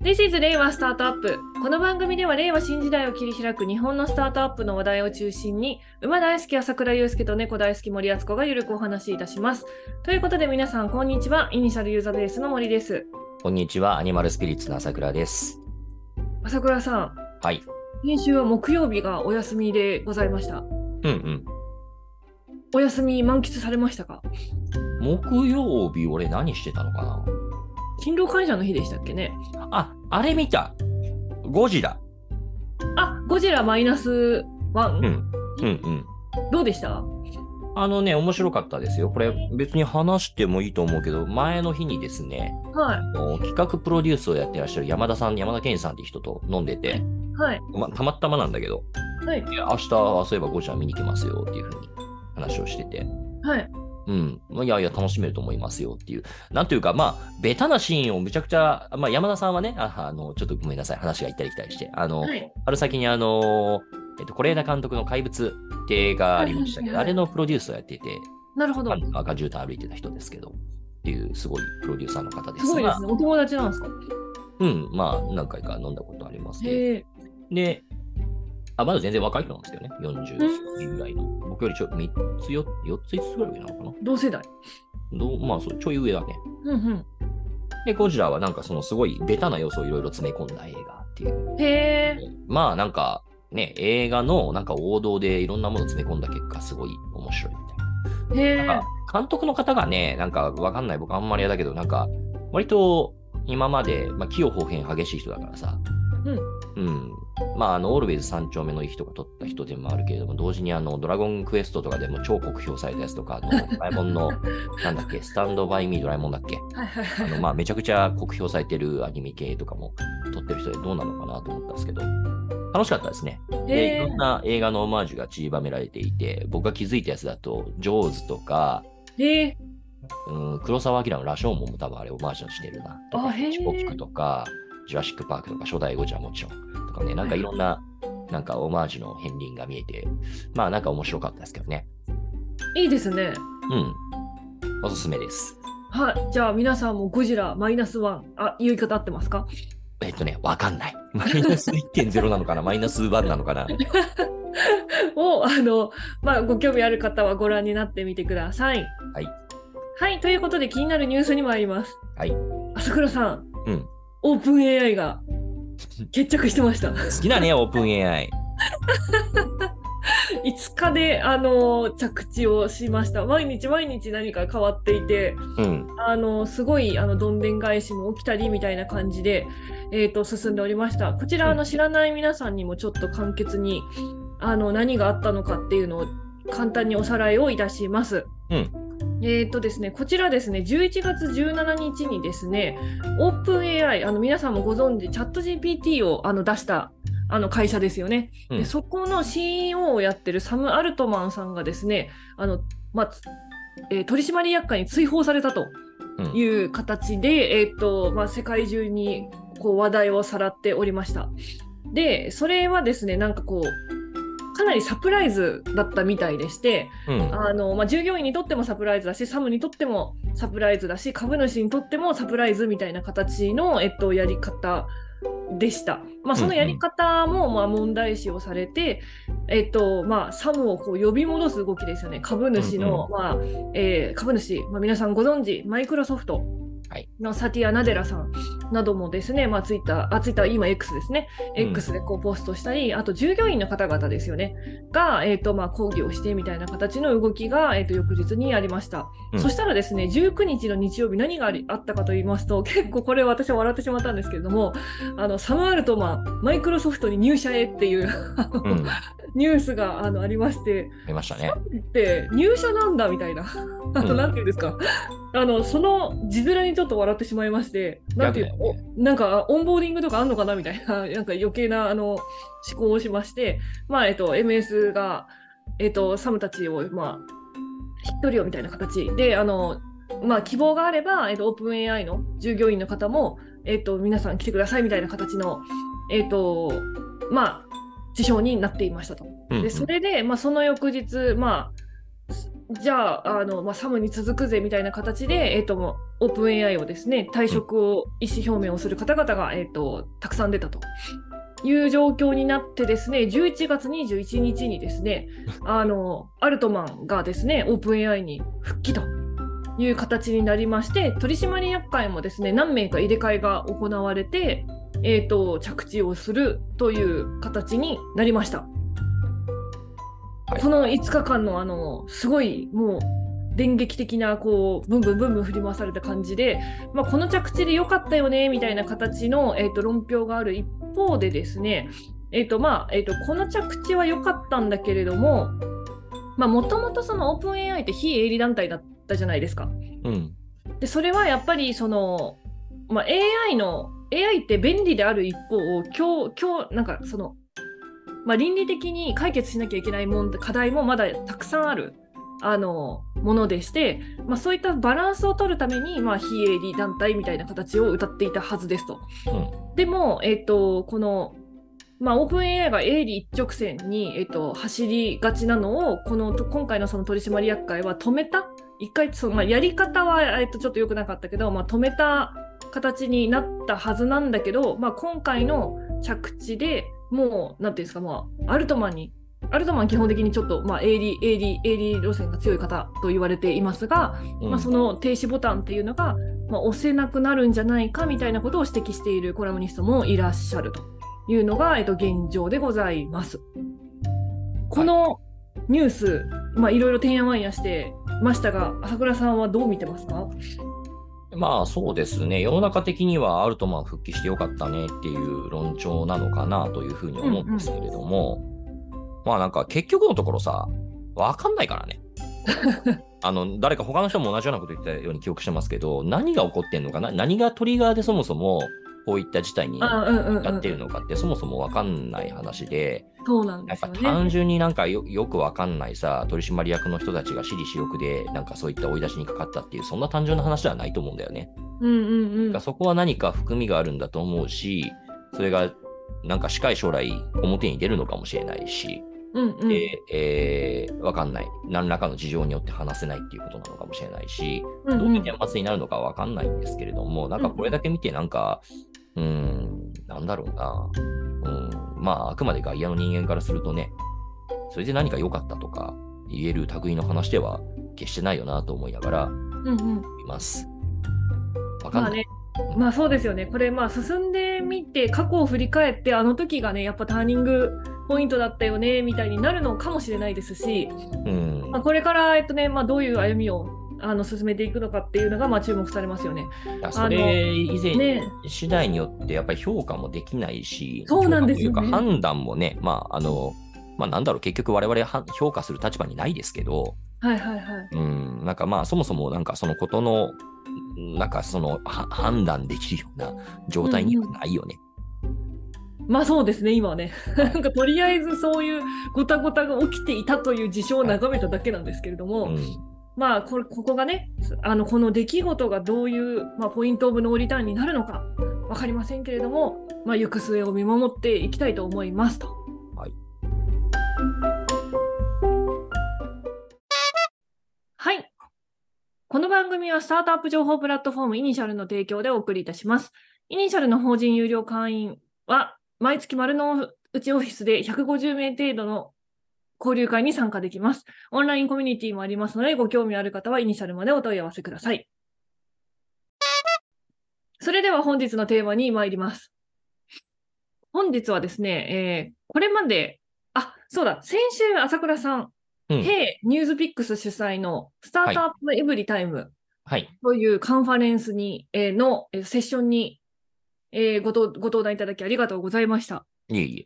This is 令和スタートアップ。この番組では令和新時代を切り開く日本のスタートアップの話題を中心に、馬大好き朝倉祐介と猫大好き森敦子がゆるくお話しいたします。ということで皆さん、こんにちは。イニシャルユーザーベースの森です。こんにちは、アニマルスピリッツの朝倉です。朝倉さん、はい。先週は木曜日がお休みでございました。うんお休み満喫されましたかうん。木曜日、俺何してたのか勤労感謝の日でしたっけねなあ、あれ見たゴジラ。あ、ゴジラマイナスワン、うん。うんうん。どうでしたあのね、面白かったですよ。これ別に話してもいいと思うけど、前の日にですね、はあの企画プロデュースをやってらっしゃる山田さん、山田健二さんって人と飲んでて、い、はい、ま、たまたまなんだけど、はい、いや明日はそういえばゴジラ見に来ますよっていうふうに話をしてて。はい。うん、まあいやいや、楽しめると思いますよっていう、なんというか、まあ、ベタなシーンをむちゃくちゃ、まあ、山田さんはねあ、あの、ちょっとごめんなさい、話が行ったり来たりして、あの、はい、春先に、あの、えっと、是枝監督の怪物って映画ありましたけど、はあいはいはいれのプロデュースをやってて、なるほどあ。の赤絨毯歩いてた人ですけど、っていう、すごいプロデューサーの方ですすごが、いですね。お友達なんですかうん、まあ、何回か飲んだことありますね。へえ。で、あまだ全然若い人なんですけどね、40ぐらいの、僕よりちょ3つ、4, つ、5つぐらい上なのかな。同世代。どうまあ、そうちょい上だね。うんで、ゴジラはなんかそのすごいベタな要素をいろいろ詰め込んだ映画っていう。うん。へえ。まあなんかね、映画のなんか王道でいろんなものを詰め込んだ結果、すごい面白いみたいへえ。な。なんか監督の方がね、なんかわかんない、僕あんまりあれだけど、なんか割と今まで、まあ、器用方変激しい人だからさ、うん。まあ、あの、オールウェイズ三丁目のいい人が撮った人でもあるけれども、同時にあの、ドラゴンクエストとかでも超酷評されたやつとか、あの、ドラえもんの、なんだっけ、スタンドバイミードラえもんだっけはいはいあはのい。まあめちゃくちゃ酷評されてるアニメ系とかも撮ってる人でどうなのかなと思ったんですけど、楽しかったですね。へで、いえろんな映画のオマージュが散りばめられていて、僕が気づいたやつだと、ジョーズとか、へえ。うん、黒澤明の羅生門も多分あれオマージュしてるな。とあか、へーヒッチコックとか、ジュラシック・パークとか、初代ゴジラもちろんとかね、なんかいろんな、なんかオマージュの片鱗が見えて、まあなんか面白かったですけどね。いいですね。うん。おすすめです。はい。じゃあ皆さんもゴジラマイナスワン。あ、言い方合ってますか えっとね、わかんない。マイナス1.0なのかなマイナス1なのかなを、あの、まあ、ご興味ある方はご覧になってみてください。はい。はい。ということで気になるニュースに参ります。はい。朝倉さん。うん。オープン AI が決着してました。 好きだね、オープン AI。 5日で、あの、着地をしました。毎日毎日何か変わっていて。うん。あのすごいあのどんでん返しも起きたりみたいな感じで、えー、と進んでおりました。こちらあの知らない皆さんにもちょっと簡潔にあの何があったのかっていうのを簡単におさらいをいたします。うんえーとですね、こちらですね11月17日にですねオープン AI あの皆さんもご存知チャット GPT をあの出したあの会社ですよね、うんでそこの CEO をやってるサム・アルトマンさんがですねあの、まあつえー取締役会に追放されたとうんいう形で、えーとまあ、世界中にこう話題をさらっておりました。でそれはですねなんかこうかなりサプライズだったみたいでして、うん。あのまあ、従業員にとってもサプライズだし、サムにとってもサプライズだし、株主にとってもサプライズみたいな形の、えっと、やり方でした。まあ、そのやり方もまあ問題視をされて、えっとまあ、サムをこう呼び戻す動きですよね、株主の、まあえー株主、まあ、皆さんご存知、マイクロソフトはいのサティア・ナデラさんなどもですね、まあ、ツイッター、あツイッター、今 X ですね、うん X でこうポストしたり、あと従業員の方々ですよね、が、えーとまあ、抗議をしてみたいな形の動きが、えー、と翌日にありました、うんそしたらですね19日の日曜日何がありあったかと言いますと 結構これ私は笑ってしまったんですけれどもあのサム・アルトマンマイクロソフトに入社へっていう あのうん。あニュースがあのありましてりましたね。で入社なんだみたいな あの、うんなんていうんですかあのその字面にちょっと笑ってしまいましてなんていうギャグだよおなんかオンボーディングとかあんのかなみたいな なんか余計なあの思考をしましてまあえっと MS がえっとサムたちをまあ引っ取りよみたいな形であのまあ希望があればえっとオープン AI の従業員の方もえっと皆さん来てくださいみたいな形のえっとまあ事象になっていましたと。うんでそれで、まあ、その翌日、まあ、すじゃああの、まあ、サムに続くぜみたいな形で、えっともうオープン AI をですね退職を意思表明をする方々が、えっとたくさん出たという状況になってですね11月21日にですねあのアルトマンがですねオープン AI に復帰と。いう形になりまして取締役会もですね何名か入れ替えが行われて、えー、と着地をするという形になりました。はいこの5日間のあのすごいもう電撃的なこうブンブンブンブン振り回された感じで、まあ、この着地で良かったよねみたいな形の、えー、と論評がある一方でですね、えーとまあえー、とこの着地は良かったんだけれどももともとそのオープン AI って非営利団体だったじゃないですか。うん。でそれはやっぱりその、まあ、AI の AI って便利である一方を今日今日なんかその、まあ、倫理的に解決しなきゃいけない問題課題もまだたくさんあるあのものでして、まあ、そういったバランスを取るために、まあ、非営利団体みたいな形を歌っていたはずですと。でも、えっとこのまあ、オープン AI が営利一直線に、えっと走りがちなのをこのと今回のその取締役会は止めた一回その、まあ、やり方は、えっとちょっと良くなかったけど、まあ、止めた形になったはずなんだけど、まあ、今回の着地でもうなんていうんですか、まあ、アルトマンにアルトマン基本的にちょっと、まあ、営利営利営利路線が強い方と言われていますが、うんまあ、その停止ボタンっていうのが、まあ、押せなくなるんじゃないかみたいなことを指摘しているコラムニストもいらっしゃるというのが、えっと、現状でございます。このニュース、まあ、いろいろてんやわんやしてましたが朝倉さんはどう見てますかまあそうですね、世の中的にはアルトマン復帰してよかったねっていう論調なのかなというふうに思うんですけれども、まあなんか結局のところさ、わかんないからね。 あの誰か他の人も同じようなこと言ってたように記憶してますけど、何が起こってんのかな、何がトリガーでそもそもこういった事態になあうんうんうんってるのかって、そもそもわかんない話で、そうなんでなんすかよね。単純になんかよよくわかんないさ、取締役の人たちが私利私欲で、なんかそういった追い出しにかかったっていう、そんな単純な話ではないと思うんだよね。うんうんうんそこは何か含みがあるんだと思うし、それがなんか近い将来表に出るのかもしれないし、うんうんでえーわかんない。何らかの事情によって話せないっていうことなのかもしれないし、うどんういううん年末になるのかわかんないんですけれども、なんかこれだけ見てなんか、うーん、なんだろうな。うん、まあ、あくまで外野の人間からするとね、それで何か良かったとか言える類の話では決してないよなと思いながらうんうんいます。わかんまあない。ね、まあそうですよね、これ、まあ進んでみて、過去を振り返って、あの時がね、やっぱターニングポイントだったよねみたいになるのかもしれないですし、うんまあ、これから、えっとねまあ、どういう歩みをあの進めていくのかっていうのが、まあ、注目されますよね。いやそれ以前ね次第によってやっぱり評価もできないし、そうなんですよね評価というか判断もね、まああの、まあなんだろう、結局我々は評価する立場にないですけど、はいはいはい。うん、なんかまあそもそもなんかそのことの、なんかそのは判断できるような状態にはないよね。まあそうですね、今はね。はい なんかとりあえずそういうごたごたが起きていたという事象を眺めただけなんですけれども、うんまあこれここがねあのこの出来事がどういう、まあ、ポイント・オブ・ノーリターンになるのか分かりませんけれども、まあ、行く末を見守っていきたいと思いますと。はい、はいこの番組はスタートアップ情報プラットフォームイニシャルの提供でお送りいたします。イニシャルの法人有料会員は毎月丸の内オフィスで150名程度の交流会に参加できます。オンラインコミュニティもありますので、ご興味ある方はイニシャルまでお問い合わせください。それでは本日のテーマに参ります。本日はですね、えーこれまで、あ、そうだ、先週、朝倉さん、うんヘイニュースピックス主催のスタートアップエブリタイムはい、というカンファレンスに、えーのえーセッションに、えーごとご登壇いただきありがとうございました。いえいえ。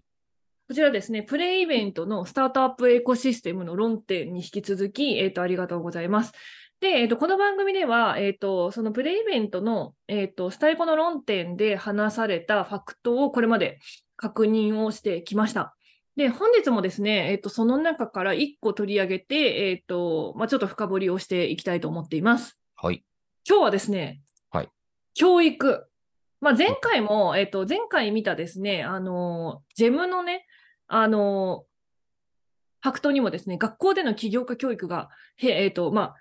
こちらですね、プレイイベントのスタートアップエコシステムの論点に引き続き、えー、とありがとうございます。で、えー、とこの番組では、えー、とそのプレイイベントの、えー、とスタイコの論点で話されたファクトをこれまで確認をしてきました。で、本日もですね、えー、とその中から1個取り上げて、えーとまあ、ちょっと深掘りをしていきたいと思っています。はい、今日はですね、はい教育。まあ、前回も、えっと、前回見たですね、あのー、ジェムのね、あのファクトにもですね、学校での起業家教育が、へえーとまあ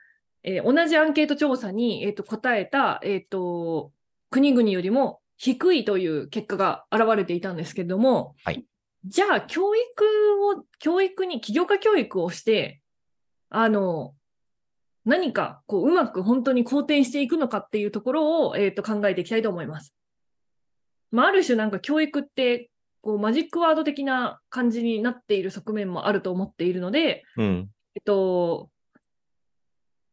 えー同じアンケート調査に、えー、と答えた、えー、と国々よりも低いという結果が現れていたんですけれども、はいじゃあ教育を、教育に、起業家教育をして、あの、何かこううまく本当に好転していくのかっていうところを、えー、と考えていきたいと思います。まあ、ある種なんか教育ってこうマジックワード的な感じになっている側面もあると思っているので、うん。えっと、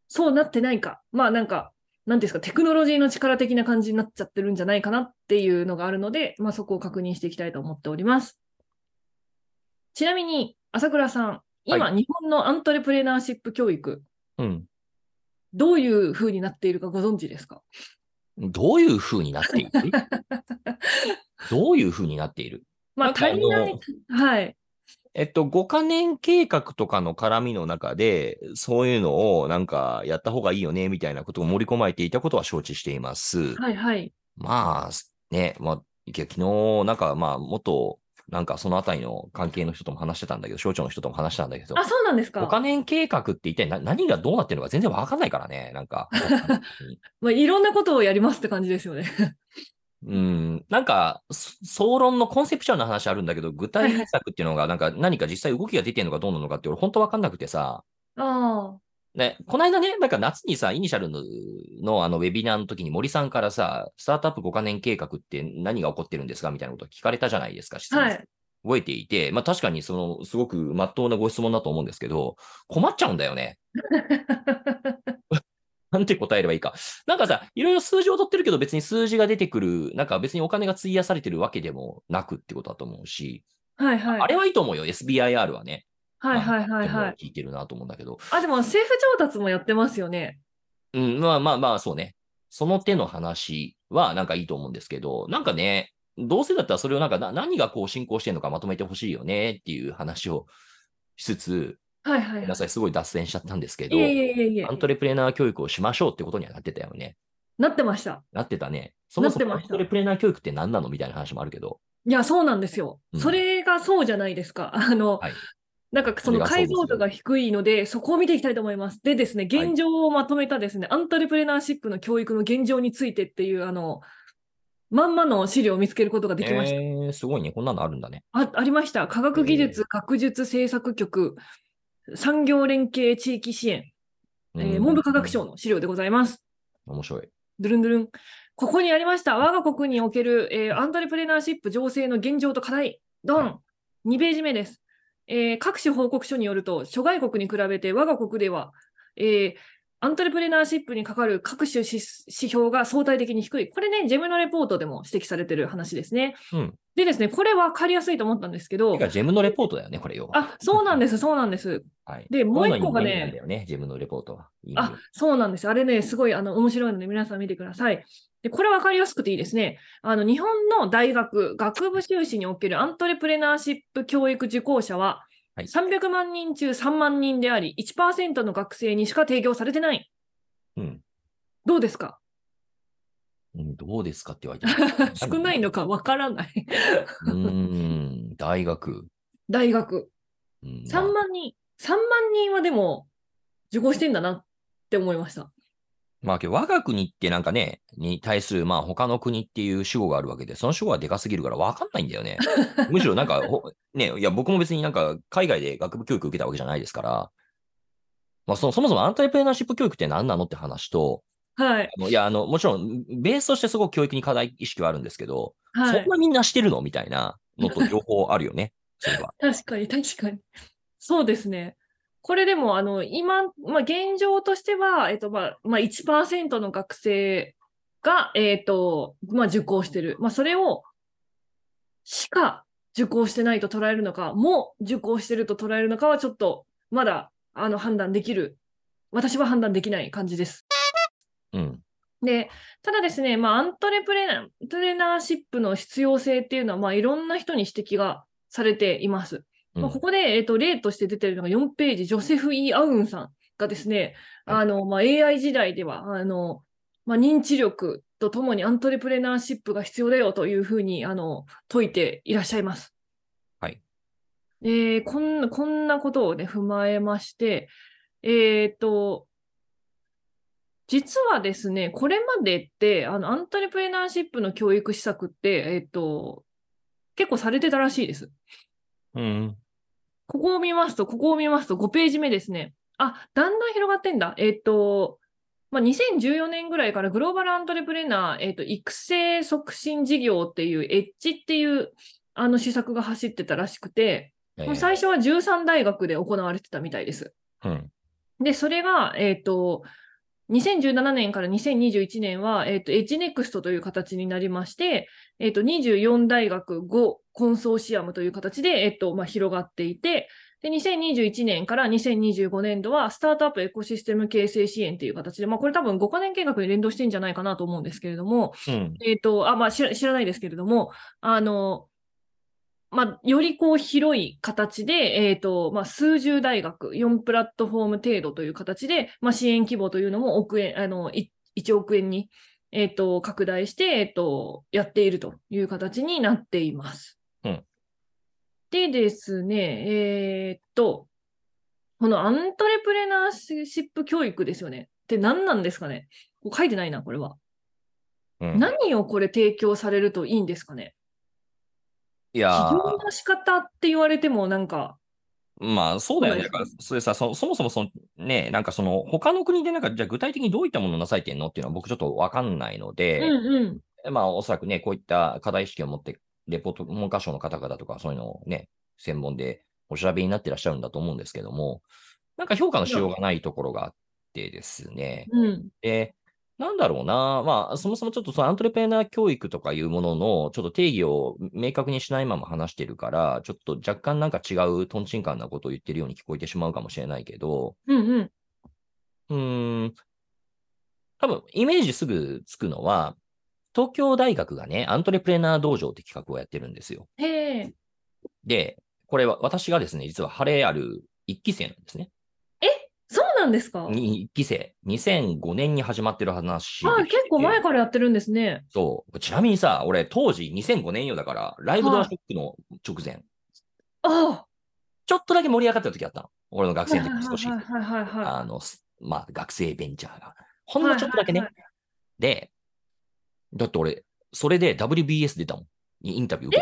そうなってないか、まあなんか、なんていうんですか、テクノロジーの力的な感じになっちゃってるんじゃないかなっていうのがあるので、まあそこを確認していきたいと思っております。ちなみに、朝倉さん、今、は日本のアントレプレナーシップ教育、うん。どういう風になっているかご存知ですかどういう風にな っているどういう風になっているまあなんか足りなあい、はい。えっと、5カ年計画とかの絡みの中で、そういうのをなんかやった方がいいよね、みたいなことを盛り込まれていたことは承知しています。はいはい。まあ、ね、まあ、いや昨日、なんかまあ、元、なんかそのあたりの関係の人とも話してたんだけど、省庁の人とも話したんだけど、あ、そうなんです5かカ。年計画って一体な何がどうなってるのか全然わかんないからね、な んか。まあ、いろんなことをやりますって感じですよ ね。うん、なんか、そ総論のコンセプチュアルな話あるんだけど、具体策っていうのが、なんか何か実際動きが出てるのかどうなのかって、俺本当わかんなくてさ、あね、この間ね、なんか夏にさ、イニシャルののあのウェビナーの時に森さんからさ、スタートアップ5カ年計画って何が起こってるんですかみたいなことを聞かれたじゃないですか、質あ、問はい。 覚えていて、まあ確かにその、すごく真っ当なご質問だと思うんですけど、困っちゃうんだよね。 なんて答えればいいか。なんかさ、いろいろ数字を取ってるけど、別に数字が出てくる、なんか別にお金が費やされてるわけでもなくってことだと思うし、はいはい。あれはいいと思うよ、SBIR はね。はいはいはいはいあの。聞いてるなと思うんだけど。あ、でも政府調達もやってますよね。うん、まあまあまあ、そうね。その手の話はなんかいいと思うんですけど、なんかね、どうせだったらそれをなんかな何がこう進行してるのかまとめてほしいよねっていう話をしつつ、はいはいごめんはなさい、すごい脱線しちゃったんですけい。どい、えいえいえいえア。ントレプレナー教育をしましょうってことにはなってたよね。なってました。なってたね。そもそもなアってまンしたトレプレナー教育って何なのみたいな話もあるけど。いや、そうなんですよ。うんそれがそうじゃないですか。 あの、はいなんかその解像度が低いので、そこを見ていきたいと思います。でですね、現状をまとめたですね、アントレプレナーシップの教育の現状についてっていう、あの、まんまの資料を見つけることができました。えーすごいね。こんなのあるんだね。あありました。科学技術、学術政策局、産業連携地域支援、えーうん文部科学省。の資料でございます。面白い。ドゥルンドゥルン。ここにありました。我が国における、えーアントレプレナーシップ情勢の現状と課題。ドン !2 ページ目です、えー各種報告書によると、諸外国に比べて我が国では、えーアントレプレナーシップにかかる各種指指標が相対的に低い。これね、ジェムのレポートでも指摘されてる話ですね。うんでですね、これは分かりやすいと思ったんですけどて、か、ジェムのレポートだよね、これよ。あ、そうなんです、そうなんです。はい。で、もう一個がこいのに便利なんねだ、よね、ジェムのレポートは。いいねあ、そうなんです。あれね、すごいあの面白いので、皆さん見てください。で、これ分かりやすくていいですね。あの日本の大学、学部修士におけるアントレプレナーシップ教育受講者は、はい300万人中3万人であり、1%の学生にしか提供されてない。うん。どうですかうんどうですかって言われて 少ないの。か分からない。 うーん、大学。大学。うん3まあ万人。3万人はでも、受講してんだなって思いました。まあ、けど我が国ってなんかね、に対する、まあ、他の国っていう主語があるわけで、その主語がでかすぎるから分かんないんだ よね。むしろなんか、ほね、いや、僕も別になんか、海外で学部教育受けたわけじゃないですから、まあ、そそもそもアントレプレナーシップ教育って何なのって話と、はい。あのいや、あの、もちろん、ベースとしてすごく教育に課題意識はあるんですけど、はそんい。なみんなしてるのみたいなのと情報あるよ ね、それは。確かに、確かに。そうですね。これでも、あの、今、まあ、現状としては、えっと、まあ、まあ、1%の学生が、えっと、まあ、受講してる。まあ、それを、しか受講してないと捉えるのか、も受講してると捉えるのかは、ちょっと、まだ、あの、判断できる。私は判断できない感じです。うん。で、ただですね、まあ、アントレプレナアントレナーシップの必要性っていうのは、まあ、いろんな人に指摘がされています。うんまあここで、えっと例として出てるのが4ページ、ジョセフ・イ・アウンさんがですね、はいあのまあ、AI 時代ではあの、まあ、認知力とともにアントレプレナーシップが必要だよというふうにあの説いていらっしゃいます。はいえーこんな、こんなことをね、踏まえまして、えっと、実はですね、これまでって、あの、アントレプレナーシップの教育施策って、えっと、結構されてたらしいです。うん。ここを見ますと、ここを見ますと、5ページ目ですね。あ、だんだん広がってんだ。えっと、まあ、2014年ぐらいからグローバルアントレプレナー、えっと、育成促進事業っていう、エッジっていう、あの施策が走ってたらしくて、えもうー最初は13大学で行われてたみたいです。うん。で、それが、えっ、と、2017年から2021年は、えっ、と、エッジネクストという形になりまして、えっ、と、24大学5コンソーシアムという形で、えっ、と、まあ、広がっていて、で、2021年から2025年度は、スタートアップエコシステム形成支援という形で、まあ、これ多分5カ年計画に連動してんじゃないかなと思うんですけれども、うん。えっ、と、あ、まあ知ら、知らないですけれども、あの、まあ、よりこう広い形で、えっ、と、まあ、数十大学、4プラットフォーム程度という形で、まあ、支援規模というのも億円、あの、い1億円に、えっ、と、拡大して、えっ、と、やっているという形になっています。うんでですね、えっ、と、このアントレプレナーシップ教育ですよね。って何なんですかねこう書いてないな、これは。うん何をこれ提供されるといいんですかねいや起ー業の仕方って言われてもなんか、まあそうだよね。そだうかなんらですそれさそ、そもそもそのね、なんかその他の国でなんかじゃあ具体的にどういったものをなされてんのっていうのは僕ちょっとわかんないのうで、んうん、まあ、おそらくね、こういった課題意識を持って、レポート、文科省の方々とか、そういうのをね、専門でお調べになってらっしゃるんだと思うんですけども、なんか評価のしようがないところがあってですね、うん、で、なんだろうな、まあ、そもそもちょっとそのアントレプレナー教育とかいうものの、ちょっと定義を明確にしないまま話してるから、ちょっと若干なんか違うトンチンカンなことを言ってるように聞こえてしまうかもしれないけど、うんうん、うーん、多分イメージすぐつくのは、東京大学がね、アントレプレナー道場って企画をやってるんですよ。へえ、で、これは私がですね、実は晴れある1期生なんですね。そうなんですか1期生。2005年に始まってる話であ結構前からやってるんですね。そう。ちなみにさ、俺当時2005年よだから、ライブドアショックの直前、あちょっとだけ盛り上がってた時あったの。俺の学はい生はのい時に少し。はいはいはいはあの、すまあ、学生ベンチャーが。ほい。んのちょっとだけね。はいで、だって俺、それで WBS 出たもん。にインタビュー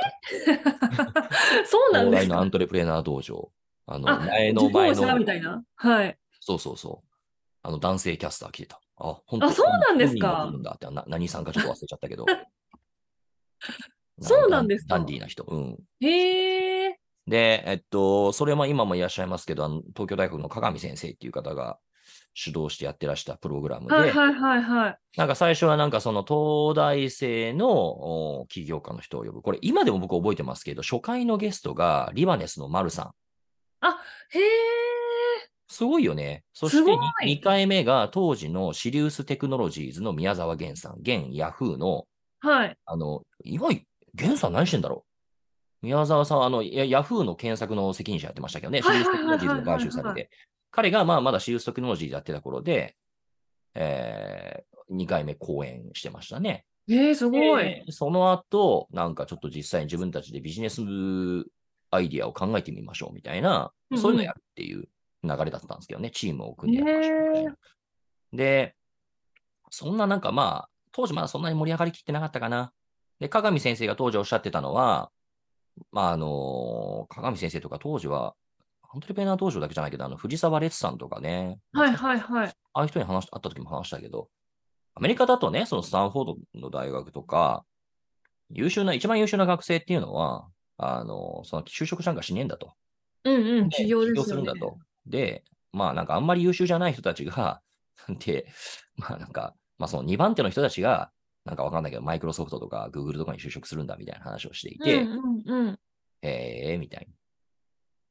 受けた。はいはい そうなん東で大すのアかントレプレナー道場。あの、あ前の受前講の者。みたいな。はい。そうそうそう。あの、男性キャスター来てた。あ、本あそうなんですか。本人が来るんだってな何さんかちょっと忘れちゃったけどそうなんですかダンディーな人。うん。へえ、で、えっと、それも今もいらっしゃいますけど、あの東京大学の加上先生っていう方が主導してやってらしたプログラムで、はいはいはいはい。なんか最初はなんかその東大生のお起業家の人を呼ぶ。これ今でも僕覚えてますけど、初回のゲストがリバネスの丸さん。へえ、すごいよね。そすしてごい 2, 回目が当時のシリウステクノロジーズの宮沢源さん、現ヤフーの、はい。あの、今、源さん何してんだろう宮沢さんはあの、やヤフーの検索の責任者やってましたけどね、シはいリはウいスはテいクはいノはロいジーズの買収されて、彼がまあまだシリウステクノロジーズやってた頃で、え2回目講演してましたね。へえ、すごい。でその後、なんかちょっと実際に自分たちでビジネスアイディアを考えてみましょうみたいな、うんうんそういうのやるっていう流れだったんですけどね、チームを組んでやりましょうみたいな。で、そんななんかまあ、当時まだそんなに盛り上がりきってなかったかな。で、加上先生が当時おっしゃってたのは、まああの、加上先生とか当時は、アントレペナー道場だけじゃないけど、あの藤沢烈さんとかね、はいはいはい。ああいう人に話し、会った時も話したけど、アメリカだとね、そのスタンフォードの大学とか、優秀な、一番優秀な学生っていうのは、あの、その就職なんかしねえんだと。うんうん、起起業ですすよるんねだ。と。で、まあなんかあんまり優秀じゃない人たちが、 で、まあなんか、まあその2番手の人たちが、なんかわかんないけど、マイクロソフトとかグーグルとかに就職するんだみたいな話をしていて、うんうんえー、みたいな。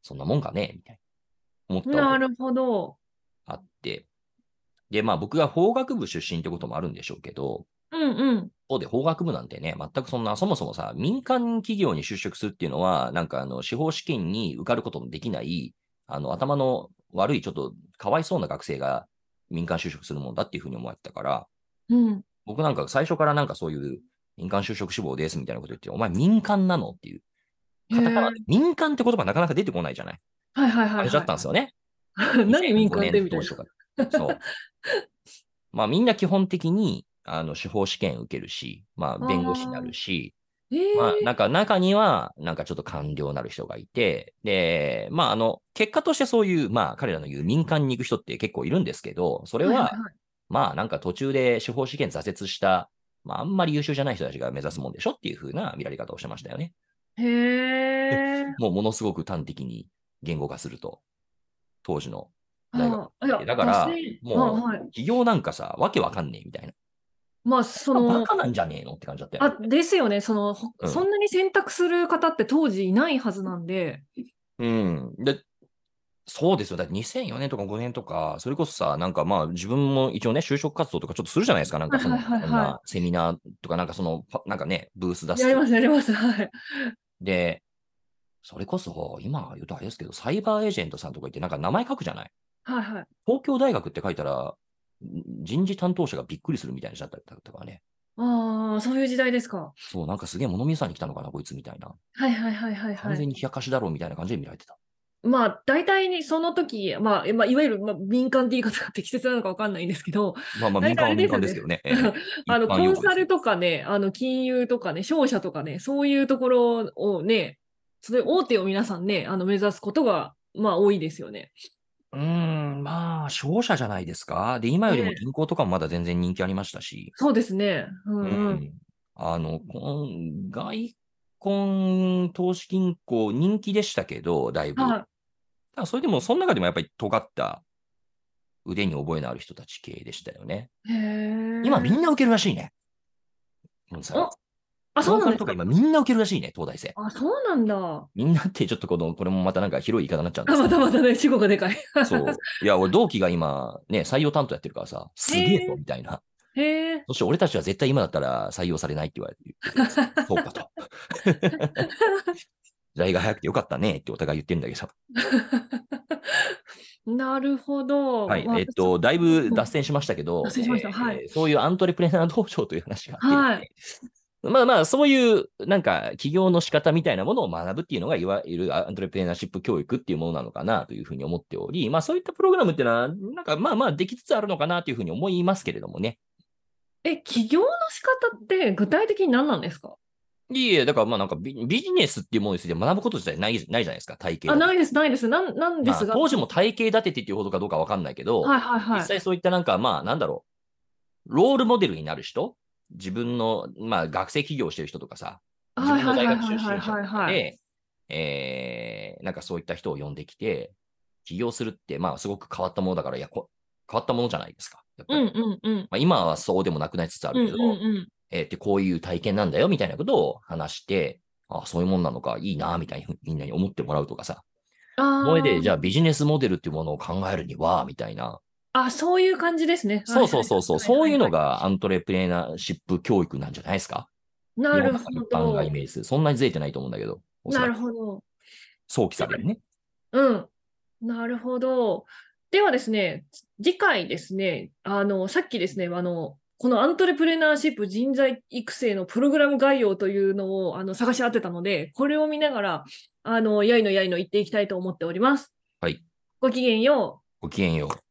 そんなもんかねみたいな。思ったうん。ことがなるほど。あって。で、まあ僕が法学部出身ってこともあるんでしょうけど、うんうん。一方で法学部なんてね、全くそんな、そもそもさ、民間企業に就職するっていうのは、なんかあの、司法試験に受かることのできない、あの、頭の悪い、ちょっとかわいそうな学生が民間就職するもんだっていうふうに思ってたから、うん。僕なんか最初からなんかそういう民間就職志望ですみたいなこと言って、お前民間なのっていうカタカナで民間って言葉なかなか出てこないじゃない。はいはいはい、あはれい。だったんですよね。 何民間ってみたいな。 2005年当初からそう。 まあみんな基本的にあの司法試験受けるし、まあ弁護士になるし、えーまあなんか中にはなんかちょっと官僚になる人がいて、で、まああの結果としてそういう、まあ彼らの言う民間に行く人って結構いるんですけど、それいはいいまあなんか途中で司法試験挫折した、まああんまり優秀じゃない人たちが目指すもんでしょっていう風な見られ方をしてましたよね。へえ。もうものすごく端的に言語化すると、当時の大学ああいやだから脱線もうあはい、企業なんかさ、わけわかんねえみたいな。まあそバのカなんじゃねえのって感じだったよねあですよねその、ほうんそんなに選択する方って当時いないはずなんで、うん。で、そうですよ。だって2004年とか5年とか、それこそさ、なんかまあ自分も一応ね、就職活動とかちょっとするじゃないですか。なんかその、はいはいはいはいこんなセミナーとか、なんかその、パなんかね、ブース出。やりますすやりますはいで、それこそ、今言うとあれですけど、サイバーエージェントさんとか言って、なんか名前書くじゃないはいはい。東京大学って書いたら、ん人事担当者がびっくりするみたいな人だったりとかね。ああそういう時代ですか。そう、なんかすげえ物見さんに来たのかな、こいつみたいな。はいはいはいはいは完全い。に冷やかしだろうみたいな感じで見られてた。まあ大体にその時、まあえまあいわゆる、まあ、民間って言い方が適切なのかわかんないんですけど、まあまあ、大民間体あはれ民ですよ間ねですけどね。 あの一コ般用ン語ですよサルとかね、あの金融とかね、商社とかね、そういうところをね、そういう大手を皆さんね、あの目指すことが、まあ、多いですよね。うーん、まあ、商社じゃないですか。で、今よりもね銀行とかもまだ全然人気ありましたし、そうですね。うんううんんあの、こん外婚投資銀行人気でしたけど、だいぶ。はいただそれでも、その中でもやっぱり尖った腕に覚えのある人たち系でしたよね。へえ今みんな受けるらしいね。コンサルおあ、そうなんでコンサルすとかか。今みんな受けるらしいね、東大生。あ、そうなんだ。あ、みんなってちょっとこの、これもまたなんか広い言い方になっちゃうんですけまどたまたね、主語がでかい。そう。いや、俺、同期が今、ね、採用担当やってるからさ、すげえぞ、みたいな。 へえ。そして俺たちは絶対今だったら採用されないって言われてる。そうかと。 時代が早くてよかったねってお互い言ってんだけど。なるほど。はいま。あえっと、だいぶ脱線しましたけど、脱線しましたはいえーそういうアントレプレナー道場という話があっはて、い。まあまあ、そういう、なんか、起業の仕方みたいなものを学ぶっていうのが、いわゆるアントレプレナーシップ教育っていうものなのかなというふうに思っており、まあそういったプログラムっていうのは、なんかまあまあできつつあるのかなというふうに思いますけれどもね。え、起業の仕方って具体的に何なんですかいえいえ、だからまあなんかビビジネスっていうものについて学ぶこと自体ないないじゃないですか、体系あ、ないいです、ないです。なんなんですが。当時も体系立ててっていうほどかどうかわかんないけど、はいはいは実い。際そういったなんかまあなんだろう、ロールモデルになる人、自分の、まあ、学生起業してる人とかさ、自はい分のはい大はい学出はいはい身者はいとかはい。で、えーなんかそういった人を呼んできて、起業するって、まあすごく変わったものだから、いやこ変わったものじゃないですか。やっぱうりんうんうん。まあ、今はそうでもなくなりつつあうるんけど、うんうん。えーってこういう体験なんだよみたいなことを話して、あそういうもんなのか、いいな、みたいにみんなに思ってもらうとかさ。あーそれで、じゃあビジネスモデルっていうものを考えるには、みたいな。あ、そういう感じですね。そうそうそうそう、そういうのが。がアントレプレナーシップ教育なんじゃないですか。なる世のほ中一般がイど。メージする。そんなにずれてないと思うんだけど、おそならるくほど。想起されるね。うん。なるほど。ではですね、次回ですね、あの、さっきですね、あの、このアントレプレナーシップ人材育成のプログラム概要というのをあの探し当てたので、これを見ながら、あの、やいのやいの言っていきたいと思っております。はい。ごきげんよう。ごきげんよう。